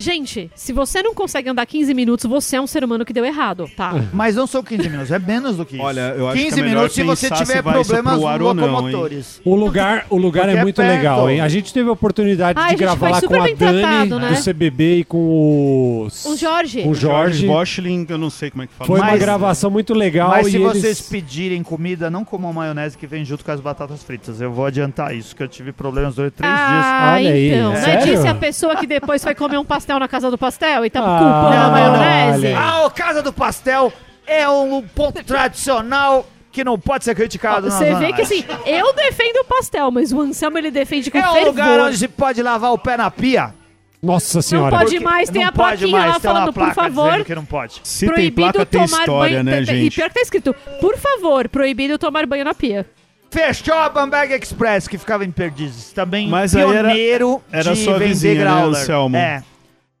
gente, se você não consegue andar 15 minutos, você é um ser humano que deu errado, tá? Mas não são 15 minutos, é menos do que isso. Olha, eu acho que é 15 melhor minutos se você pensar se tiver vai isso pro problemas ar ou não, hein? locomotores. O lugar, o lugar Porque é é muito perto. legal, hein? A gente teve a oportunidade Ah, a de gente gravar foi lá super com a bem Dani tratado, né? do CBB e com os... O Jorge. Com o Jorge. Boschling, eu não sei como é que fala. Foi uma Mas- gravação muito legal Mas e se eles... vocês pedirem comida, não comam maionese que vem junto com as batatas fritas. Eu vou adiantar isso, que eu tive problemas durante três dias. Ah, Olha aí, então. Não é sério? disse a pessoa que depois foi comer um pastel na casa do pastel e tá Ah, culpando a não, maionese? olha aí. Ah, o Casa do Pastel é um ponto tradicional que não pode ser criticado. na Você Zona vê que Leste. assim, eu defendo o pastel, mas o Anselmo ele defende com É um fervor. lugar onde se pode lavar o pé na pia. Nossa não Senhora. pode Porque mais, tem não a pode plaquinha mais, lá tem uma falando, por placa favor, dizendo que não pode. Se tem proibido placa, tem tomar história, banho. né, tem- tem- E gente? pior que tá escrito, por favor, proibido tomar banho na pia. Fechou a Bamberg Express, que ficava em Perdizes. Também Mas aí era- pioneiro era de sua vender vizinha, né, grauler. Anselmo? É.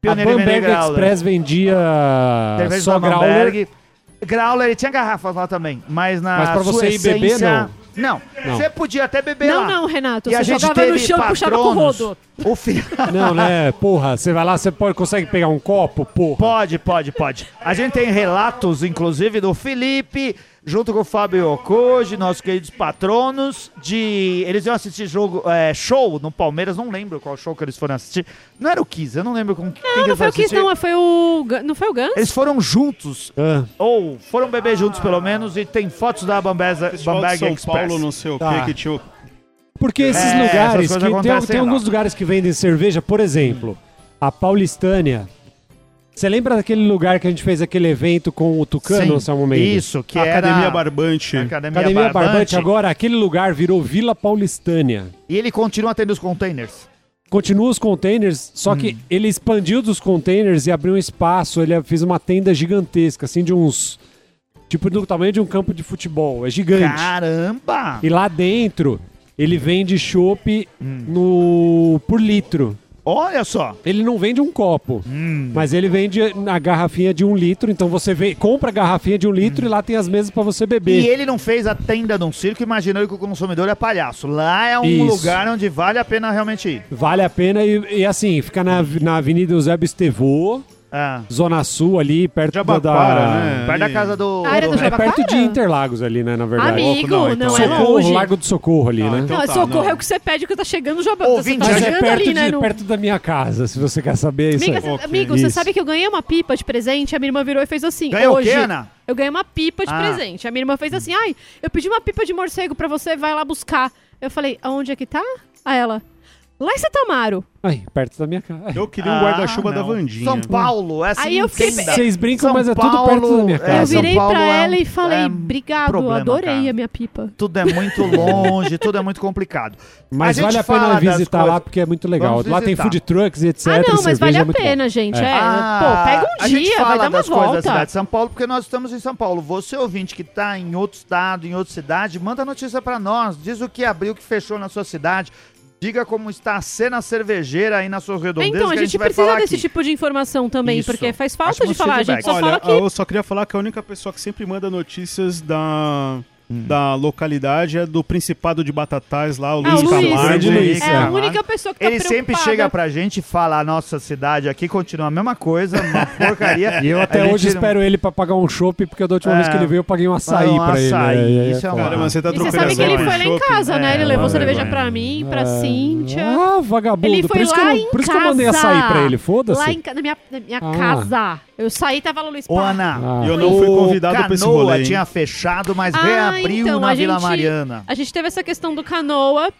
A Pioneiro em vender Bamberg grauler. Express vendia Cerveja só da grauler. Bamberg. Grauler, ele tinha garrafas lá também, mas na Mas pra sua você ir beber, essência- Não, Não. você podia até beber lá. Não, não, Renato, E a você gente jogava teve no chão e puxava com o patronos. rodo. O fi- Não, né? Porra, você vai lá, você pode, consegue pegar um copo, porra. Pode, pode, pode. A gente tem relatos, inclusive, do Felipe, junto com o Fábio Okoji, nossos queridos patronos, de... Eles iam assistir jogo, é, show no Palmeiras, não lembro qual show que eles foram assistir. Não era o Kiss, eu não lembro com quem que Não, não eles foi foram o Kiss, assistir. não, foi o... Gu- Não foi o Guns? Eles foram juntos, Ah, ou foram beber juntos pelo menos, e tem fotos da Bambeza, Pessoal de Bamberg São Express. Paulo, não sei o Tá. que, que tinha... o- Porque esses É, lugares, essas que coisas tem- tem, acontecem lá. alguns lugares que vendem cerveja, por exemplo, a Paulistânia. Você lembra daquele lugar que a gente fez aquele evento com o Tucano, no seu momento? Isso, que Academia era... Barbante. Academia, Academia Barbante. Barbante. agora aquele lugar virou Vila Paulistânia. E ele continua tendo os containers. Continua os containers, só que Hum. ele expandiu dos containers e abriu um espaço, ele fez uma tenda gigantesca, assim, de uns... Tipo, do tamanho de um campo de futebol, é gigante. Caramba! E lá dentro, ele vende chopp Hum. no por litro. Olha só! Ele não vende um copo, Hum. mas ele vende na garrafinha de um litro. Então você vem, compra a garrafinha de um litro e lá tem as mesas pra você beber. E ele não fez a tenda de um circo imaginando que o consumidor é palhaço. Lá é um Isso. lugar onde vale a pena realmente ir. Vale a pena e, e, assim, fica na, na Avenida Eusébio Estevô. Ah. Zona Sul ali, perto Jabaquara, da... né? Perto da Ali. casa do. A área do do- É Jabaquara? perto de Interlagos ali, né, na verdade. Amigo, Não, não, então. é Socorro, longe. Largo do Socorro ali, Não, né? então- Não, tá, socorro não. é o que você pede que tá chegando já. você Ouvinte, tá Mas é chegando perto, ali, né? de- no- perto da minha casa, se você quer saber isso. Amiga, aí. cê- Ok. Amigo, você Isso. sabe que eu ganhei uma pipa de presente? A minha irmã virou e fez assim. Ganhou o hoje, quê, Ana? Eu ganhei uma pipa de Ah. presente. A minha irmã fez assim: ai, eu pedi uma pipa de morcego pra você, vai lá buscar. Eu falei: aonde é que tá? A ela: lá em Setamaro. Ai, perto da minha casa. Ai. Eu queria um Ah, guarda-chuva da não. Vandinha. São Paulo, essa Aí eu fiquei- entenda. Vocês brincam, São mas é tudo Paulo, perto da minha é, casa. eu São virei Paulo pra é um- ela e falei: é um obrigado, problema, adorei cara. a minha pipa. Ah, Tudo é muito longe, tudo é muito complicado. Mas gente vale a fala pena das visitar lá coisas- porque é muito legal. Vamos lá tem visitar. food trucks e etc. ah, não, mas cerveja, vale é a muito bom. pena, gente. É. É. Ah, Pô, pega um a gente dia, fala vai dar uma das coisas da cidade volta. de São Paulo, porque nós estamos em São Paulo. Você, ouvinte, que está em outro estado, em outra cidade, manda notícia para nós. Diz o que abriu, o que fechou na sua cidade. Diga como está a cena cervejeira aí na sua redondeza. Então, que a gente, vai precisa falar desse aqui. tipo de informação também, Isso. porque faz Acho que falta de você falar. A vai. gente só Olha, fala que. eu só queria falar que a única pessoa que sempre manda notícias da, da localidade é do Principado de Batatais, lá, o Ah, o Luiz Luiz. Camargo. Grande Luiz. É a Camargo. única pessoa que tá Ele sempre preocupada. chega pra gente e fala: a nossa cidade aqui continua a mesma coisa, uma porcaria. E eu até É, A gente hoje não- espero ele pra pagar um chopp, porque da última É. vez que ele veio eu paguei um açaí Um pra açaí, ele. né? isso é um- Cara, mas você tá E você trocando sabe que ideia ele com foi lá em shopping. casa, né? Ele É, levou uma cerveja vergonha. pra mim, pra É. Cíntia. Ah, vagabundo. Ele foi por isso, que, lá eu, em por isso que eu mandei casa. açaí pra ele, Lá foda-se. em, ca- na minha, na minha Ah. casa. Eu saí, tava lá o Luiz Ô, pá. Ana. Ah. E eu não fui o convidado pra esse Canoa rolê, hein? tinha fechado, mas Ah, reabriu então, na a Vila gente- Mariana. A gente teve essa questão do canoa,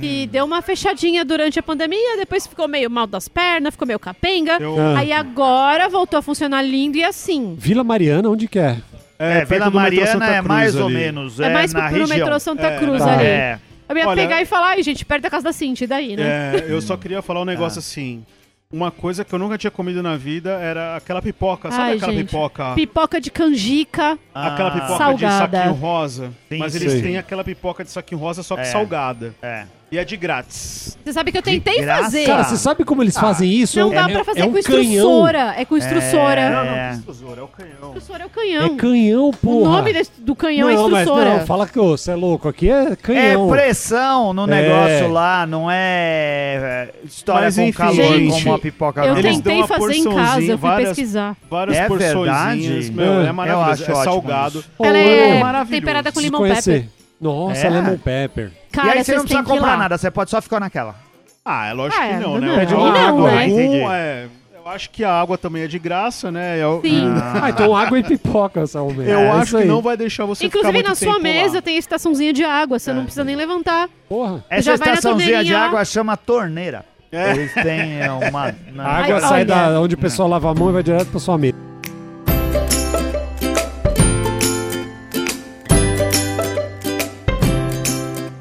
que deu uma fechadinha durante a pandemia, depois ficou meio mal das pernas, ficou meio capenga. Eu- Ah. Aí agora voltou a funcionar lindo e assim. Vila Mariana, onde que é? É, perto Vila do metrô Mariana Santa é mais Cruz ou ali. menos. É, É, mais pro, na pro região. metrô Santa É, Cruz tá. ali. É. Eu ia Olha- pegar e falar, ai, gente, perto da casa da Cinti, daí, né? É, eu só queria falar um Ah. negócio assim. Uma coisa que eu nunca tinha comido na vida era aquela pipoca. Sabe Ai, aquela gente. pipoca? Pipoca de canjica. Aquela Ah, pipoca de Salgada. saquinho rosa. Sim, mas eles sim. têm aquela pipoca de saquinho rosa, só que É. salgada. É. E é de grátis. Você sabe que eu tentei graça. fazer. Cara, você sabe como eles fazem isso? É. Ah, Não é, dá pra fazer é um com canhão. instruçora. É com instruçora. É. Não, não, que tesoura, é o canhão. Instruçora é o É canhão. canhão, o porra. nome desse- do canhão não, é mas instruçora. não, fala que ô, você é louco. Aqui é É canhão. pressão no negócio lá, não é é, história Mas, com enfim, calor gente, como a pipoca eu não. Eles dão tentei uma fazer em porçãozinha, casa, eu fui várias- pesquisar. Várias É porçõezinhas, verdade? meu, é Eu maravilhoso. acho É ótimo salgado. isso. Ô, Ela ô, é maravilhoso. temperada com preciso limão conhecer. pepper. Nossa, É? lemon pepper. e Cara, aí você vocês não têm precisa que ir comprar lá. nada, você pode só ficar naquela. Ah, é lógico Ah, que não, não, né? não, Pede uma não, água. né? Entendi. Um, é, eu acho que a água também é de graça, né? Eu, Sim. Ah, então água e pipoca, Salomé. eu É isso acho que aí. não vai deixar você ficar Inclusive muito um na sua tempo mesa lá. tem a estaçãozinha de água, É, você não precisa nem levantar. Porra. Essa já vai na estaçãozinha de torneirinha lá. água chama torneira. É. Eles têm é, uma. na- A água Ai, sai olha. da onde o pessoal lava a mão e vai direto pra sua mesa.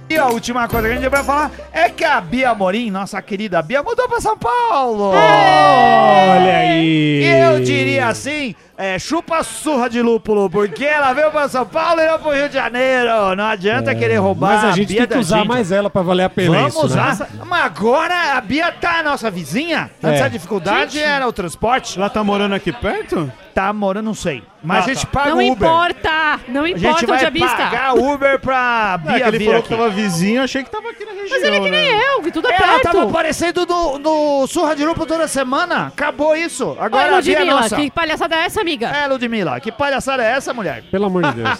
E a última coisa que a gente vai falar é que a Bia Morim, nossa querida Bia, mudou pra São Paulo! É. Olha aí! É, Eu diria assim, é, chupa surra de lúpulo, porque ela veio pra São Paulo e não pro Rio de Janeiro. Não adianta querer roubar É, Mas a gente Bia tem que da usar gente. mais ela pra valer a pena Vamos isso, né? usar. Mas agora a Bia tá a nossa vizinha. Antes É. a dificuldade era o transporte. Ela tá morando aqui perto? Tá morando, não sei. Mas Ah, a gente tá. paga não o Uber. importa! Não A gente importa onde a vai Bia está. pagar o Uber pra Bia É, que ele vir falou aqui. que tava vizinho, achei que tava aqui na região. Mas ele é que né? nem eu, que tudo é Ela tava perto. aparecendo no, no Surra de Grupo toda semana. Acabou isso. Agora Olha, a Bia é Ludmilla, nossa. que palhaçada é essa, amiga? É, Ludmilla, que palhaçada é essa, mulher? Pelo amor de Deus.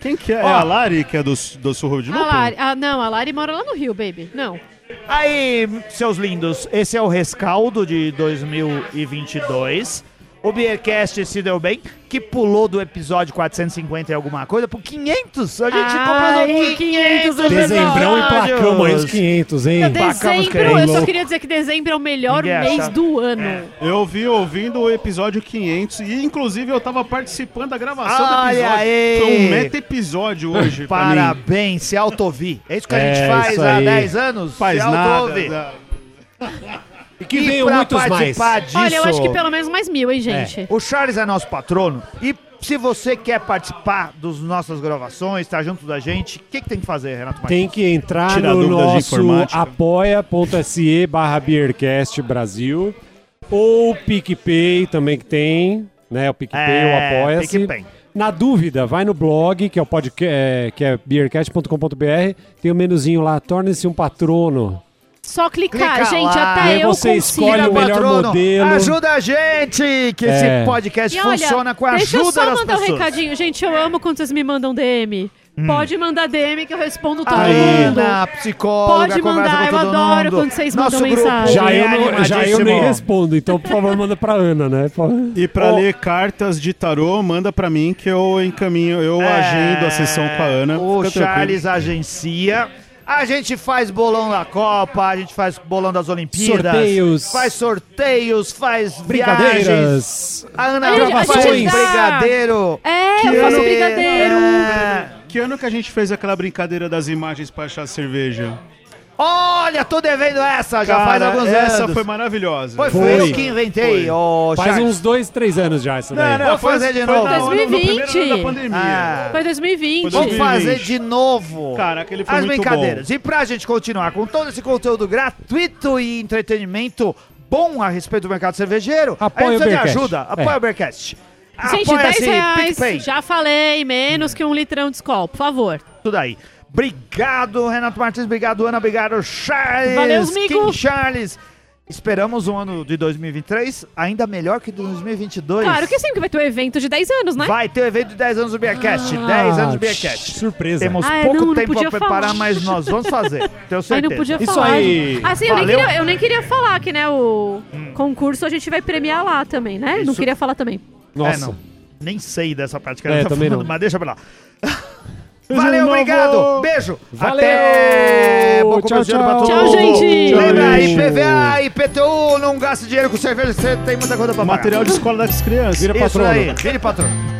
Quem que é? É a Lari, que é do, do Surro de A Lupo? Lari, ah, não, a Lari mora lá no Rio, baby. Não. Aí, seus lindos, esse é o rescaldo de 2022. O Beercast se deu bem, que pulou do episódio 450 e alguma coisa pro 500. A gente Ai, completou 500 Dezembrão e episódios. placamos aí os 500, hein? Bacana, Então, Dezembro, cara. eu só Louco. queria dizer que dezembro é o melhor Ninguém mês acha. É. do ano. Eu vi ouvindo o episódio 500 e, inclusive, eu tava participando da gravação Olha do episódio. aí! Foi um meta-episódio hoje pra mim. Parabéns, se autovi. É isso que a É, gente faz isso há aí. 10 anos? Faz se nada. autoouve. né? E que E venham pra muitos mais. participar disso, Olha, eu acho que pelo menos mais mil, hein, gente? O Charles é nosso patrono. E se você quer participar das nossas gravações, tá junto da gente, o que, que tem que fazer, Renato Martins? Tem que entrar Tirar no dúvidas de nosso informática. apoia.se barra Beercast Brasil ou PicPay também que tem, né? O PicPay É, ou Apoia-se. PicPay. Na dúvida, vai no blog, que é o podcast, que é beercast.com.br, tem o menuzinho lá, torne-se um patrono. Só clicar, Clica gente, lá. E até aí eu você consigo. escolhe o melhor Patrono, modelo. Ajuda a gente, que É. esse podcast E olha, funciona com a deixa eu ajuda só das mandar um pessoas. Hum. recadinho. Gente, eu amo quando vocês me mandam DM. Pode mandar DM que eu respondo todo Aí, mundo. na psicóloga, Pode conversa mandar, com eu todo adoro mundo. quando vocês Nosso mandam grupo é mensagem. Já eu, não, animadíssimo. já eu nem respondo, então por favor manda pra Ana, né? Por- E pra Ô. ler cartas de tarô, manda pra mim que eu encaminho, eu agendo a sessão com a Ana. É. O Fica tranquilo. Charles agencia. A gente faz bolão da Copa, a gente faz bolão das Olimpíadas. Sorteios. Faz sorteios, faz viagens. Brincadeiras. A Ana A gente- a faz gente dá- brigadeiro. É, eu faço brigadeiro. É. Que ano que a gente fez aquela brincadeira das imagens pra achar cerveja? Olha, tô devendo essa, já Cara, é, faz alguns essa anos. foi maravilhosa. Foi, Foi. eu que inventei, Foi. ô Faz Charles. uns dois, três anos já essa daí. Não, não, Vou foi- fazer de foi novo. na- no- no primeiro ano 2020. da pandemia. Ah. Foi 2020. Foi Vamos 2020. fazer de novo. Cara, aquele foi As muito brincadeiras. E pra gente continuar com todo esse conteúdo gratuito e entretenimento bom a respeito do mercado cervejeiro, Apoia a gente precisa o de Beercast. ajuda. Apoia É. o Bearcast. Gente, 10 assim, reais, já falei, menos que um litrão de Skol, por favor. Tudo aí. Obrigado, Renato Martins. Obrigado, Ana. Obrigado, Charles. Valeu, amigo. King Charles. Esperamos um ano de 2023 ainda melhor que 2022. Claro que sim, que vai ter um evento de 10 anos, né? Vai ter o evento de 10 anos do Beercast. Ah, 10 anos do Beercast. Surpresa. Temos Ah, é, pouco não, não tempo podia pra preparar, falar. mas nós vamos fazer. Tenho certeza. Aí não podia Isso falar. aí. gente. Assim, eu nem, Valeu. Hum. queria, eu nem queria falar que, né, o concurso a gente vai premiar lá também, né? Não Isso. queria falar também. É, Nossa. não. Nem sei dessa parte que É, ela tá também falando, não. mas deixa pra lá. de Valeu, novo. obrigado. Beijo. Valeu. Até. Bom Tchau, começo de ano tchau. pra todo Tchau, mundo. gente. Lembra, Tchau. IPVA, IPTU, não gaste dinheiro com cerveja, você tem muita coisa pra pagar. Material de escola das crianças. Vira Isso patrono. aí, vire patrono.